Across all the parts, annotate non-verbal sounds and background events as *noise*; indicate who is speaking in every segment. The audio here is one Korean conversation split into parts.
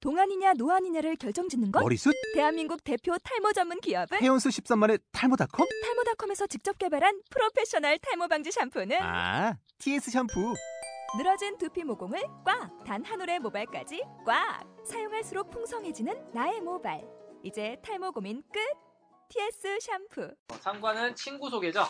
Speaker 1: 동안이냐 노안이냐를 결정짓는 건
Speaker 2: 머리숱?
Speaker 1: 대한민국 대표 탈모 전문 기업은
Speaker 2: 헤어수 13만의 탈모닷컴?
Speaker 1: 탈모닷컴에서 직접 개발한 프로페셔널 탈모 방지 샴푸는
Speaker 2: 아, TS 샴푸.
Speaker 1: 늘어진 두피 모공을 꽉 단 한 올의 모발까지 꽉 사용할수록 풍성해지는 나의 모발 이제 탈모 고민 끝 TS 샴푸
Speaker 3: 어, 상관은 친구 소개죠.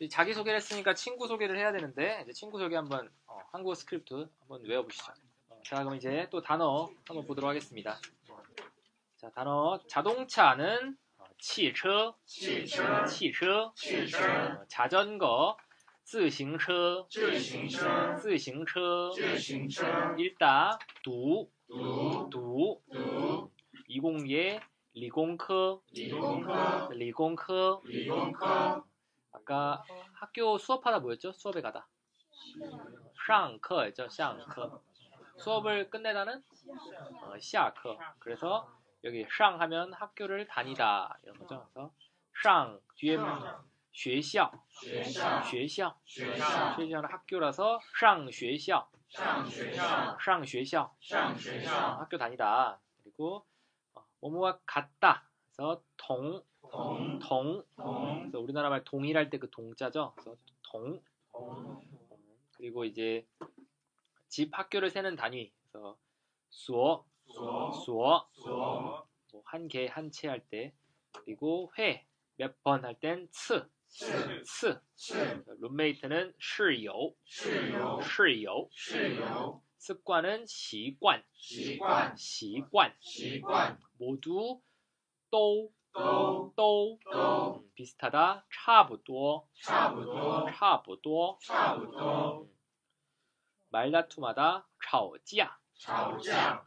Speaker 3: 이 자기 소개를 했으니까 친구 소개를 해야 되는데 이제 친구 소개 한번 어, 한국어 스크립트 한번 외워보시죠. 어, 자 그럼 이제 또 단어 한번 보도록 하겠습니다. 자 단어 자동차는 어, 汽车,汽车,汽车,汽车, 어, 자전거, 自行车,自行车,自行车,自行车, 일다, 读,读,读,理工业,理工科,理工科,理工科, 어. 아까 학교 수업하다 뭐였죠? 수업에 가다. 上课였죠. 上课. 수업을 끝내다는 어, 下课. 그래서 여기 上 하면 학교를 다니다 이런 거죠. 그래서 上 뒤에 学校,学校, 学校는 학교라서 上学校,上学校,上学校, 어, 학교 다니다. 그리고 어, 뭐뭐와 같다. 그래서 동, 동, 동. 그래서 우리나라 말 동일할 때 그 동자죠. 그래서 동. 그리고 이제 집 학교를 세는 단위. 그래서 수어, 수어, 뭐 한개 한 채 할 때 그리고 회 몇 번 할 땐 츠, 츠. 그래서 룸메이트는 室友,室友. 습관은 习惯,习惯, 모두 또, 또, 또, 음, 비슷하다, 差不多,差不多,差不多. 음. 말다툼하다, 吵架,吵架,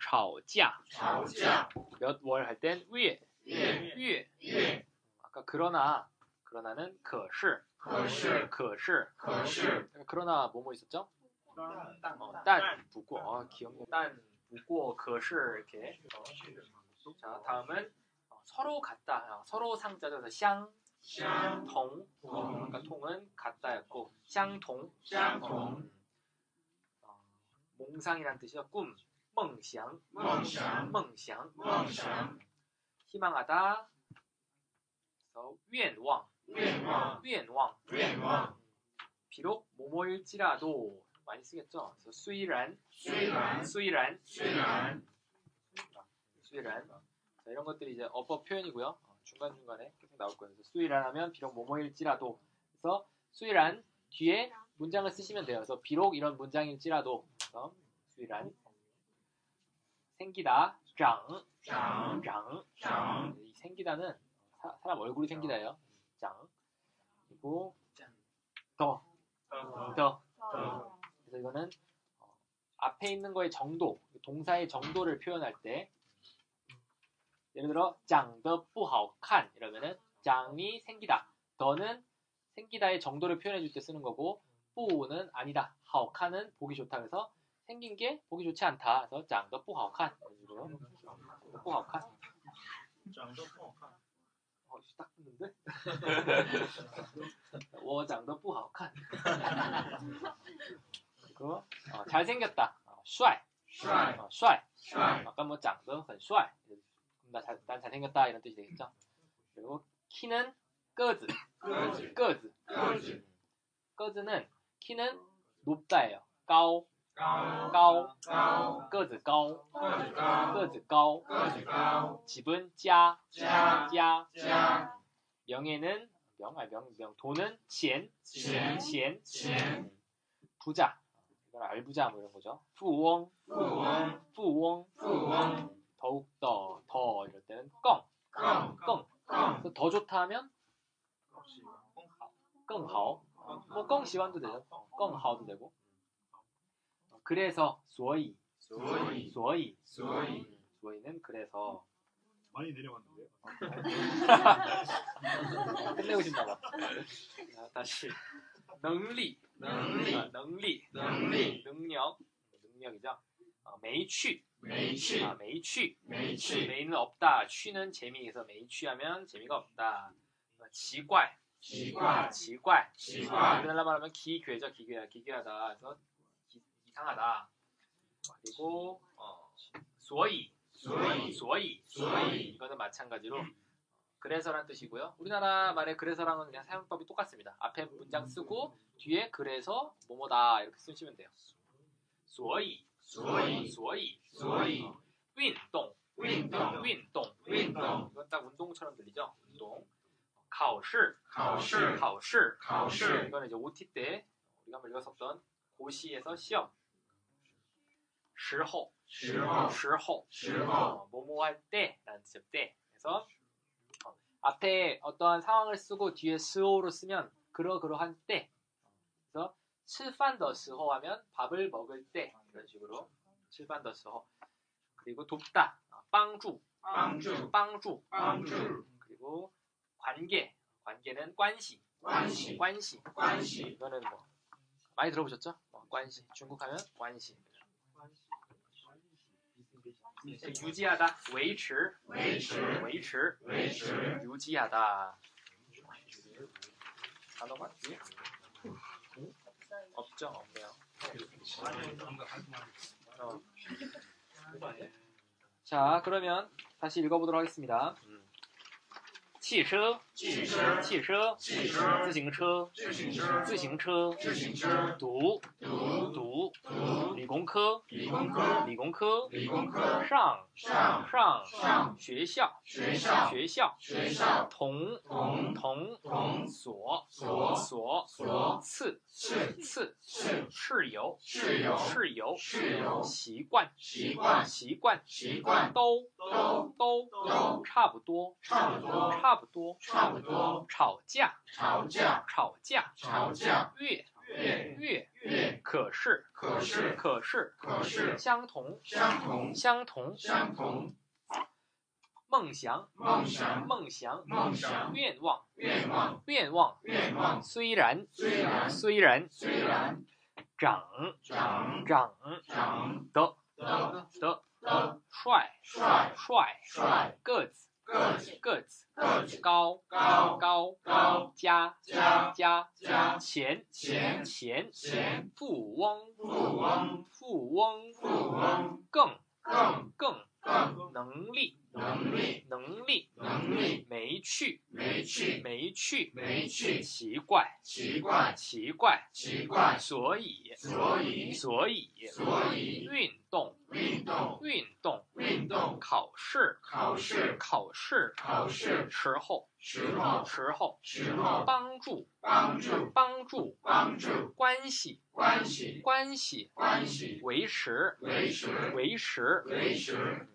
Speaker 3: 吵架. 몇 월 할 땐 위에, 위에, 위에. 아까 그러나, 그러나는 可是,可是,可是,可是. 그러나 뭐뭐 있었죠? 어, 딴, 부고, 어, 기억, 딴, 부고, 可是 이렇게. 어. 자, 다음은 어, 서로 같다. 어, 서로 상자죠. 그래서 샹, 통, 그러니까 통은 같다였고, 샹통, 어, 음. 어, 몽상이란 뜻이죠. 꿈, 멍샹, 멍샹, 멍샹, 희망하다. 그래서 愿望,愿望,愿望, 비록 뭐뭐일지라도 많이 쓰겠죠. 그래서 虽然,虽然,虽然,虽然. 자, 이런 것들이 이제 어법 표현이고요. 어, 중간중간에 계속 나올 거예요. 그래서 수이란 하면 비록 뭐뭐일지라도. 그래서 수이란 뒤에 문장을 쓰시면 돼요. 그래서 비록 이런 문장일지라도. 그래서 수이란 생기다, 장, 장, 장. 이 생기다는 사, 람 얼굴이 생기다예요. 장. 그리고 더, 더. 그래서 이거는 어, 앞에 있는 거의 정도, 동사의 정도를 표현할 때 예를 들어 장더 부하오칸 이러면은 장이 생기다 더는 생기다의 정도를 표현해 줄 때 쓰는 거고 뿌는 아니다 하오칸은 보기 좋다 그래서 생긴 게 보기 좋지 않다 그래서 장더 부하오칸 이런 식으로 부하오칸 어딱 붙는데 *laughs* 워장더 부하오칸 *laughs* 그리고 어, 잘생겼다 어, 帅 어, 帅 아까 뭐 장더 很帅 그럼 나 잘, 난 잘생겼다 이런 뜻이 되겠죠. 그리고 키는 꺼즈, *laughs* 꺼즈, 꺼즈, 꺼즈. 꺼즈는 키는 높다예요. 까오, 까오, 꺼즈 까오, 꺼즈 까오. 집은 짜, 짜, 짜. 명예는 명, 아 명, 명. 돈은 钱,钱,钱. 부자, 이건 알부자 뭐 이런 거죠. 부翁, 부翁, 부翁. 더욱 더, 더 이럴 때는 껑, 껑, 껑. 그래서 더 좋다 하면 껑하오. 뭐 껑시완도 되죠. 껑하오도 되고. 어, 그래서 소이, 소이, 소이, 소이는 그래서
Speaker 4: 많이 내려왔는데요.
Speaker 3: 끝내고 싶나 봐. 자, 다시 능리, 능리, 아, 능리, 능리, 능력, 능력이죠. 어, 매취, 매취, 아, 매취, 매취, 매는 없다. 취는 재미에서 매취하면 재미가 없다. 어, 지怪, 지怪, 지怪, 지怪. 우리나라 아, 말하면 기괴죠. 기괴야, 기괴하다. 그래서 기- 이상하다. 그리고 어, 소이, 소이. 이거는 마찬가지로 그래서란 뜻이고요. 우리나라 말의 그래서랑은 그냥 사용법이 똑같습니다. 앞에 문장 쓰고 뒤에 그래서 뭐뭐다 이렇게 쓰시면 돼요. 소이. 소이. 소이. 소이. 운동. 운동. 운동. 운동. 이건 딱 운동처럼 들리죠? 운동. 考试.考试.考试.考试. 이거는 이제 OT 때 우리가 한번 읽었었던 고시에서 시험. 时候.时候.时候.时候. 어, 뭐뭐 할 때라는 뜻이에요. 때. 그래서 어, 앞에 어떠한 상황을 쓰고 뒤에 스오로 쓰면 그러그러한 때. 그래서 吃饭的时候 하면 밥을 먹을 때 이런 식으로 吃饭的时候. 그리고 돕다. 아, 빵주. 빵주. 빵주.
Speaker 4: 방주,
Speaker 3: 그리고 관계. 관계는 관시.
Speaker 4: 관시,
Speaker 3: 관시.
Speaker 4: 관시,
Speaker 3: 이거는 뭐 많이 들어보셨죠? 어, 관시. 중국 하면 관시. 유지하다. 维持.
Speaker 4: 维持,
Speaker 3: 维持.
Speaker 4: 维持,
Speaker 3: 유지하다. 단어가 있지? 없죠? 없네요. 어. 자, 그러면 다시 읽어보도록 하겠습니다. 汽车,
Speaker 4: 汽车,
Speaker 3: 汽车,
Speaker 4: 汽车,
Speaker 3: 自行车,
Speaker 4: 自行车,
Speaker 3: 自行车,
Speaker 4: 自行车,
Speaker 3: 读,
Speaker 4: 读,
Speaker 3: 读,理工科,
Speaker 4: 理工科,
Speaker 3: 理工科,
Speaker 4: 理工科,
Speaker 3: 上,
Speaker 4: 上,
Speaker 3: 上,
Speaker 4: 上,
Speaker 3: 学校,
Speaker 4: 学校,
Speaker 3: 学校,
Speaker 4: 学校,
Speaker 3: 同
Speaker 4: 同
Speaker 3: 同
Speaker 4: 同
Speaker 3: 所
Speaker 4: 所
Speaker 3: 所
Speaker 4: 所
Speaker 3: 次
Speaker 4: 是
Speaker 3: 次
Speaker 4: 是
Speaker 3: 室友
Speaker 4: 室友,
Speaker 3: 室友
Speaker 4: 室友
Speaker 3: 习惯
Speaker 4: 习惯,
Speaker 3: 习惯
Speaker 4: 习惯,
Speaker 3: 都
Speaker 4: 都
Speaker 3: 都
Speaker 4: 都
Speaker 3: 差不多
Speaker 4: 差不多,
Speaker 3: 差不多
Speaker 4: 差不多,
Speaker 3: 吵架
Speaker 4: 吵架,
Speaker 3: 吵架
Speaker 4: 吵架,
Speaker 3: 越
Speaker 4: 越,
Speaker 3: 越
Speaker 4: 越,
Speaker 3: 可是
Speaker 4: 可是,
Speaker 3: 可是
Speaker 4: 可是,
Speaker 3: 相同
Speaker 4: 相同,
Speaker 3: 相同
Speaker 4: 相同,
Speaker 3: 梦想
Speaker 4: 梦想,
Speaker 3: 梦想
Speaker 4: 梦想,
Speaker 3: 愿望
Speaker 4: 愿望,
Speaker 3: 愿望
Speaker 4: 愿望,
Speaker 3: 虽然
Speaker 4: 虽然,
Speaker 3: 虽然
Speaker 4: 虽然,
Speaker 3: 长
Speaker 4: 长,
Speaker 3: 长
Speaker 4: 长,
Speaker 3: 得
Speaker 4: 得,
Speaker 3: 的
Speaker 4: 得,
Speaker 3: 帅
Speaker 4: 帅,
Speaker 3: 帅
Speaker 4: 帅,
Speaker 3: 个子
Speaker 4: 个子
Speaker 3: 个子
Speaker 4: 个子
Speaker 3: 高
Speaker 4: 高
Speaker 3: 高
Speaker 4: 高
Speaker 3: 加
Speaker 4: 加
Speaker 3: 加
Speaker 4: 加
Speaker 3: 钱
Speaker 4: 钱
Speaker 3: 钱
Speaker 4: 钱
Speaker 3: 富翁
Speaker 4: 富翁
Speaker 3: 富翁
Speaker 4: 富翁
Speaker 3: 更
Speaker 4: 更
Speaker 3: 更
Speaker 4: 更
Speaker 3: 能力
Speaker 4: 能力
Speaker 3: 能力
Speaker 4: 能力
Speaker 3: 没趣
Speaker 4: 没趣
Speaker 3: 没趣
Speaker 4: 没趣
Speaker 3: 奇怪
Speaker 4: 奇怪
Speaker 3: 奇怪
Speaker 4: 奇怪
Speaker 3: 所以
Speaker 4: 所以
Speaker 3: 所以
Speaker 4: 所以
Speaker 3: 运动
Speaker 4: 运动
Speaker 3: 运动
Speaker 4: 运动
Speaker 3: 考试
Speaker 4: 考试
Speaker 3: 考试
Speaker 4: 考试
Speaker 3: 时候
Speaker 4: 时候
Speaker 3: 时候
Speaker 4: 时候
Speaker 3: 帮助
Speaker 4: 帮助
Speaker 3: 帮助
Speaker 4: 帮助
Speaker 3: 关系
Speaker 4: 关系
Speaker 3: 关系
Speaker 4: 关系
Speaker 3: 维持
Speaker 4: 维持
Speaker 3: 维持嗯
Speaker 4: 维持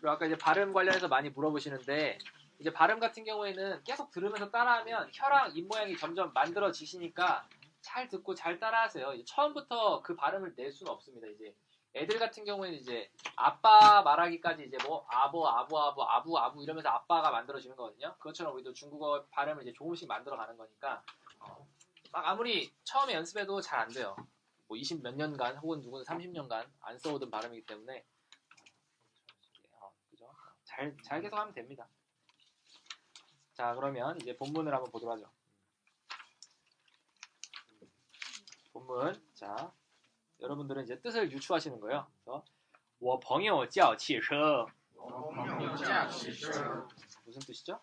Speaker 3: 그리고 아까 이제 발음 관련해서 많이 물어보시는데 이제 발음 같은 경우에는 계속 들으면서 따라하면 혀랑 입 모양이 점점 만들어지시니까 잘 듣고 잘 따라하세요. 이제 처음부터 그 발음을 낼 수는 없습니다. 이제 애들 같은 경우에는 이제 아빠 말하기까지 이제 뭐 아버 아버 아버 아부 아부 이러면서 아빠가 만들어지는 거거든요. 그것처럼 우리도 중국어 발음을 이제 조금씩 만들어가는 거니까 어, 막 아무리 처음에 연습해도 잘 안 돼요. 뭐 20 몇 년간 혹은 누구는 30년간 안 써오던 발음이기 때문에 어, 그죠? 잘, 잘 계속하면 됩니다. 자, 그러면 이제 본문을 한번 보도록 하죠. 본문. 자, 여러분들은 이제 뜻을 유추하시는 거예요. 그래서 我朋友叫汽车
Speaker 4: 我朋友驾汽车
Speaker 3: 무슨 뜻이죠?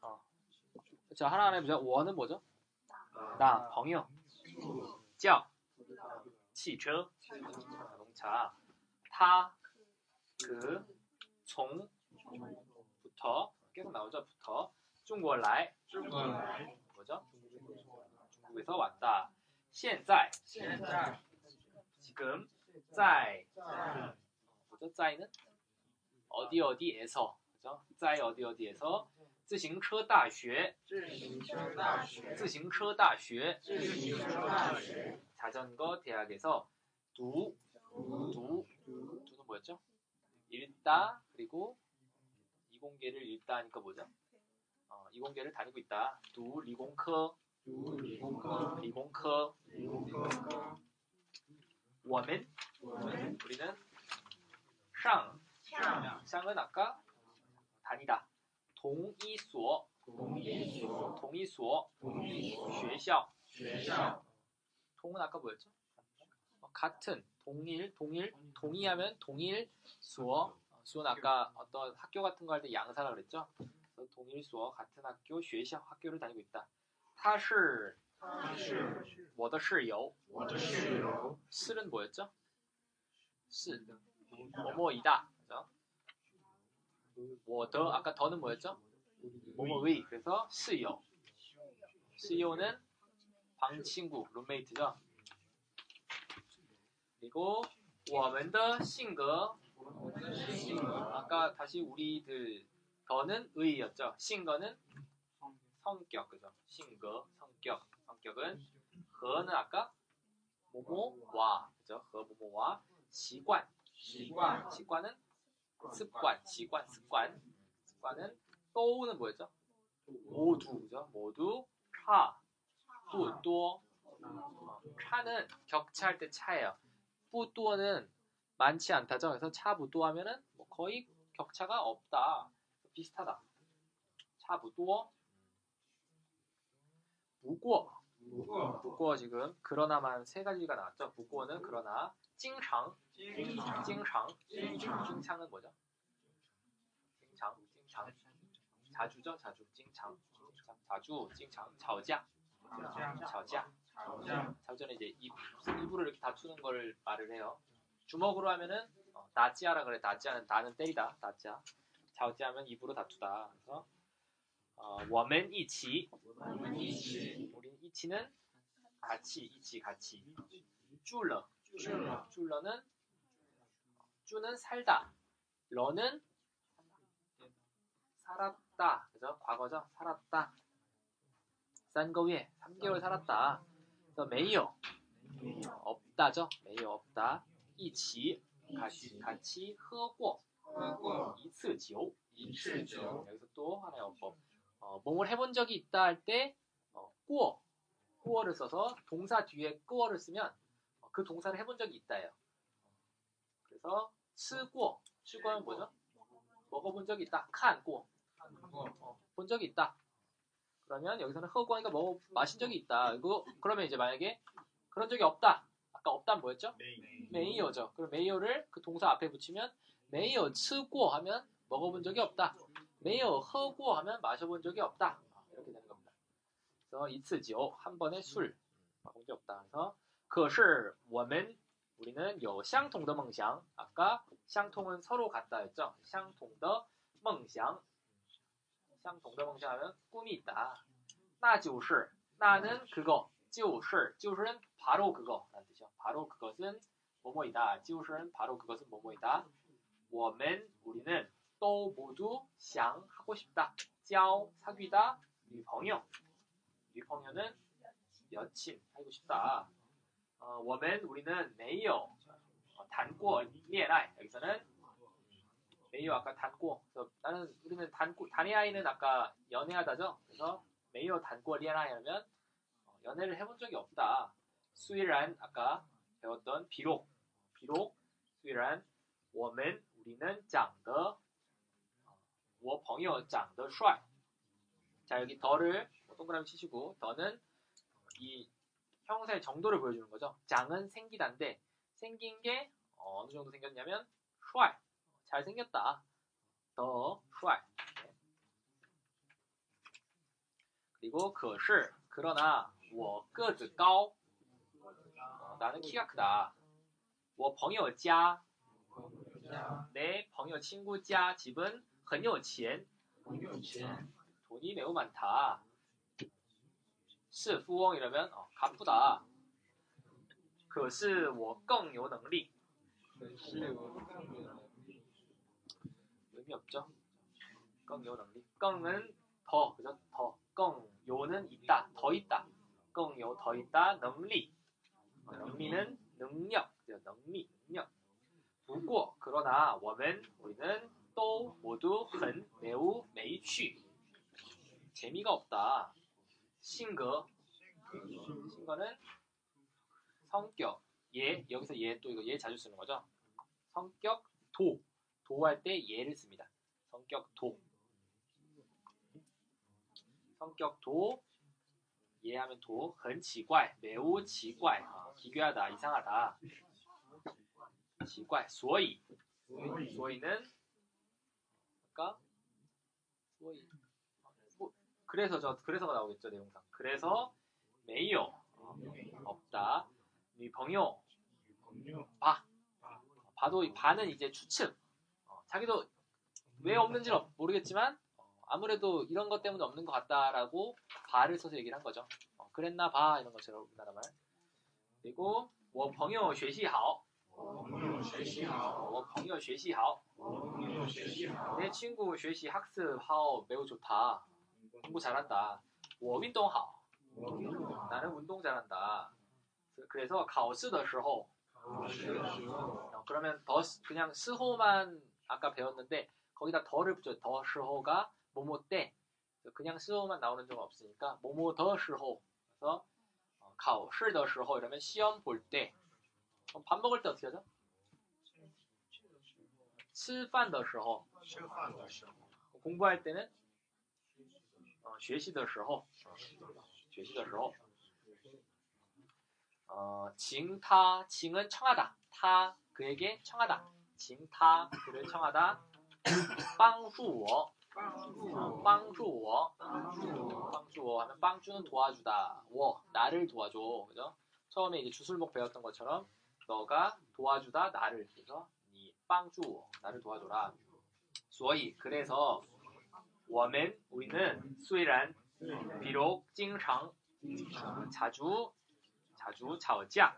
Speaker 3: 어. 자, 하나하나 해보죠. 我는 뭐죠? 나, 朋友.叫汽车 자동차. 타, 그, 종, 부터 계속 나오죠. 부터. 중국 来 뭐죠? 중국에서 왔다. 现在 지금 在 뭐죠? 在는 어디 어디에서 그죠? 在 어디 어디에서 自行车大学自行车大学 자전거 대학에서 두, 두, 두는 뭐였죠? 읽다 그리고 이공계를 읽다 하니까 뭐죠? 어, 이공계를 다니고 있다. 두 리공科리공科 워멘 우리는 상 쌍은 아까 다니다 동이수어
Speaker 4: 同一所
Speaker 3: 동의수어,
Speaker 4: 同一所
Speaker 3: 学校,
Speaker 4: 学校
Speaker 3: 동은 아까 뭐였죠? 어, 같은, 동일, 동일, 동의하면 동일, 수어, 어, 수어는 아까 어떤 학교 같은 거 할 때 양사라 그랬죠? 그래서 동일 수어, 같은 학교, 学校, 학교를 다니고 있다. 他是
Speaker 4: 他是
Speaker 3: 我的室友,
Speaker 4: 我的室友，
Speaker 3: 실은 뭐였죠? 실, 뭐뭐이다, 그죠? 뭐더, 아까 더는 뭐였죠? 뭐뭐의, 그래서 시요. 시요는 방 친구, 룸메이트죠. 그리고
Speaker 4: 뭐
Speaker 3: 我们的性格,
Speaker 4: 我的性格
Speaker 3: 아까 다시 우리들 더는 의였죠. 신거는 성격, 그죠? 신거, 성격, 성격은 和는 아까 뭐뭐와, 그죠? 和뭐뭐와 习惯,
Speaker 4: 习惯
Speaker 3: 习惯은 습관, 习惯, 습관, 습관은 또는 뭐였죠? 모두, 그죠? 모두 차, 또多 차는 격차할 때 차예요. 뿌또는 많지 않다죠. 그래서 차부또 하면은 뭐 거의 격차가 없다. 비슷하다. 차부또 무고
Speaker 4: 不过
Speaker 3: 무고 지금 그러나만 세 가지가 나왔죠. 무고는 그러나 찡상
Speaker 4: 经常
Speaker 3: 찡상
Speaker 4: 经常
Speaker 3: 찡상은 뭐죠? 찡상 찡상 자주죠. 자주 찡상 찡상. 자주 찡상 吵架
Speaker 4: 吵架
Speaker 3: 吵架
Speaker 4: 吵架，
Speaker 3: 사전에 이제 입, 입으로 이렇게 다투는 걸 말을 해요. 주먹으로 하면은 어, 나치아라 그래. 나치아는 나는 때리다. 나치아. 자오지하면 입으로 다투다. 그래서 어, 我们 이치.
Speaker 4: 我们一起
Speaker 3: 우린 이치는 같이 이치 같이. 쭈러.
Speaker 4: 去了
Speaker 3: 쭈러는 쭈는 살다. 러는 살았다. 그죠? 과거죠? 살았다. 싼거위에 3개월 살았다. 그래서 메이요.
Speaker 4: 没有
Speaker 3: 없다죠. 매우 없다. 이치 같이 같이 허고
Speaker 4: 喝过
Speaker 3: 이츠 지오.
Speaker 4: 一次酒，
Speaker 3: 여기서 또 하나의 어법. 어, 몸을 해본 적이 있다 할 때 어, 꾸어 꾸어를 써서 동사 뒤에 꾸어를 쓰면 어, 그 동사를 해본 적이 있다예요. 그래서 쓰고 쓰고는 뭐죠? 먹어본 적이 있다. 칸고
Speaker 4: 看过
Speaker 3: 본 적이 있다. 그러면 여기서는 허고 하니까 먹어 마신 적이 있다. 이거 그러면 이제 만약에 그런 적이 없다. 아까 없다는 뭐였죠?
Speaker 4: 没有
Speaker 3: 메이어죠. 그럼 메이어를 그 동사 앞에 붙이면 메이어 쓰고 하면 먹어본 적이 없다. 메이어 허고 하면 마셔본 적이 없다. 이렇게 되는 겁니다. 그래서 이츠지오 한 번에 술 먹은 적 없다. 그래서 可是我们 우리는 有相同的梦想 아까 相同은 서로 같다였죠. 相同的梦想相同的梦想 하면 꿈이 있다. 那就是 나는 그거 就是 就是는 바로 그거 라는 뜻이요. 바로 그것은 뭐뭐이다. 就是는 바로 그것은 뭐뭐이다. 我们 우리는 또 모두 想 하고 싶다. 交 사귀다. 女朋友 女朋友는 여친 하고 싶다. 어, 我们 우리는 没有 어, 단고 恋爱 여기서는 没有 아까 단고 그래서 나는 우리는 단고 단애아이는 아까 연애하다죠. 그래서 没有 단고 恋爱 하면 어, 연애를 해본 적이 없다. 수일한 아까 배웠던 비록 비록 虽然我们 우리는 长得我朋友长得帅 자 여기 더를 뭐 동그라미 치시고 더는 이 형사의 정도를 보여주는 거죠 장은 생기단데 생긴 게 어, 어느 정도 생겼냐면 帅 잘생겼다 더帅 그리고 可是 그러나 我个子高 어, 나는 키가 크다 我朋友家내朋友 친구 家 집은 很有钱
Speaker 4: 很有钱，
Speaker 3: 돈이 매우 많다. 是 후원 이러면 어, 가쁘다. 啊可是我更有能力
Speaker 4: 可是我更有能力，
Speaker 3: 의미 없죠? 更有能力 更은 더 그죠? 더更有는 있다 더 있다 更有더 있다 능리 어, 능리는 능력 그죠? 능리 능력 不过 그러나 我们 우리는 또 모두 很 매우 매취 재미가 없다 싱거
Speaker 4: 性
Speaker 3: 신거는 성격 예 여기서 얘 또 이거 얘 자주 쓰는 거죠 성격 도 도할 때 예를 씁니다 성격 도 성격 도 이해하면 도, 很奇怪, 매우 奇怪, 아, 기괴하다, 이상하다. 奇怪,所以, 所以는 아까 所以, 뭐, 그래서 저 그래서가 나오겠죠 내용상. 그래서 没有, 없다. 女朋友, 봐. 봐도 이 반은 이제 추측. 어, 자기도 왜 없는지는 없- 모르겠지만 어, 아무래도 이런 것 때문에 없는 것 같다라고 바를 써서 얘기를 한 거죠. 어, 그랬나 봐 이런 것처럼 우리나라 말. 그리고 我朋友学习好.我朋友学习好. 我朋友学习好.내 친구 学习 학습好 매우 좋다. 공부 잘한다. 我运动好. 나는 운동 잘한다. 그래서 考试的时候 어, 그러면 더 스- 그냥 스호만 아까 배웠는데 거기다 더를 붙여요. 더 스호가 뭐뭐 때 그냥 스호만 나오는 경우 없으니까 뭐뭐 더 스호 그래서 어, 가오실 더 스호 이러면 시험 볼때밥 먹을 때 어떻게 하죠? 吃饭더 스호 공부할 때는 어, 学习더 스호 学习더 스호 어, 징타, 징은 청하다. 타, 그에게 청하다. 징타, 그를 청하다. 빵주워, 어, 빵주워, 빵주워 하면 빵주는 도와주다. 워, 나를 도와줘. 그죠? 처음에 이제 주술목 배웠던 것처럼 너가 도와주다, 나를. 그래서 니 빵주워, 나를 도와줘라. 所以, 그래서 我们, 우리는 虽然, 비록, 经常, 자주, 자주 吵架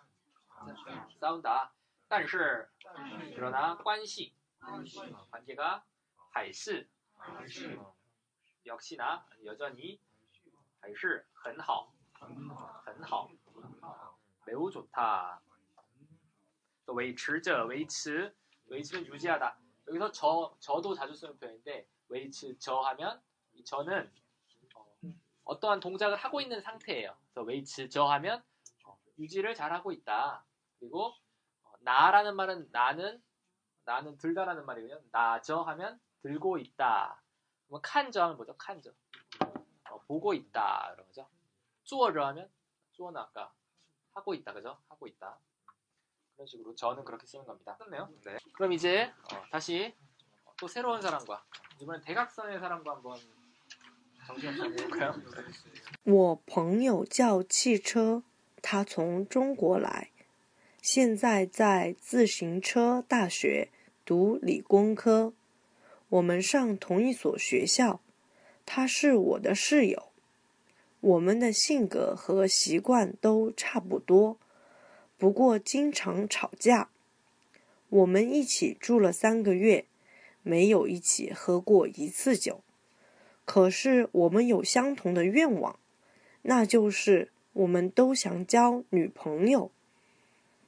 Speaker 3: 싸운다. 但是 그러나 관시 어, 관계가 还是 어, 역시나 아니, 여전히 还是很好很好 매우 좋다. 또维持着维持 维持는 유지하다. 여기서 저 저도 자주 쓰는 표현인데 维持저 하면 이 저는 어, 어떠한 동작을 하고 있는 상태예요. 그래서 维持저 하면 어, 유지를 잘하고 있다. 그리고 어, 나라는 말은 나는 나는 들다라는 말이면 나저 하면 들고 있다. 그럼 칸저 하면 뭐죠? 칸저 어, 보고 있다 이런 거죠. 쪼어저 하면 쪼어는 아까 하고 있다 그죠? 하고 있다. 그런 식으로 저는 그렇게 쓰는 겁니다. 끝네요. 네. 그럼 이제 어, 다시 또 새로운 사람과 이번엔 대각선의 사람과 한번 정신없이 한번 해볼까요?
Speaker 5: 我朋友叫汽车，他从中国来，现在在自行车大学读理工科。我们上同一所学校，他是我的室友。我们的性格和习惯都差不多，不过经常吵架。我们一起住了三个月，没有一起喝过一次酒。可是我们有相同的愿望。那就是我们都想交女朋友，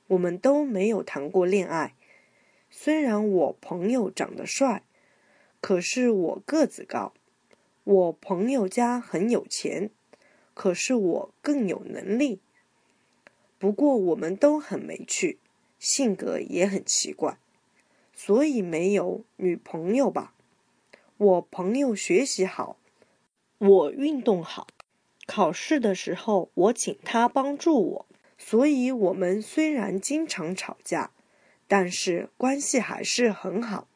Speaker 5: 我们都没有谈过恋爱。虽然我朋友长得帅，可是我个子高；我朋友家很有钱，可是我更有能力。不过我们都很没趣，性格也很奇怪，所以没有女朋友吧。我朋友学习好，我运动好。考试的时候，我请他帮助我，所以我们虽然经常吵架，但是关系还是很好。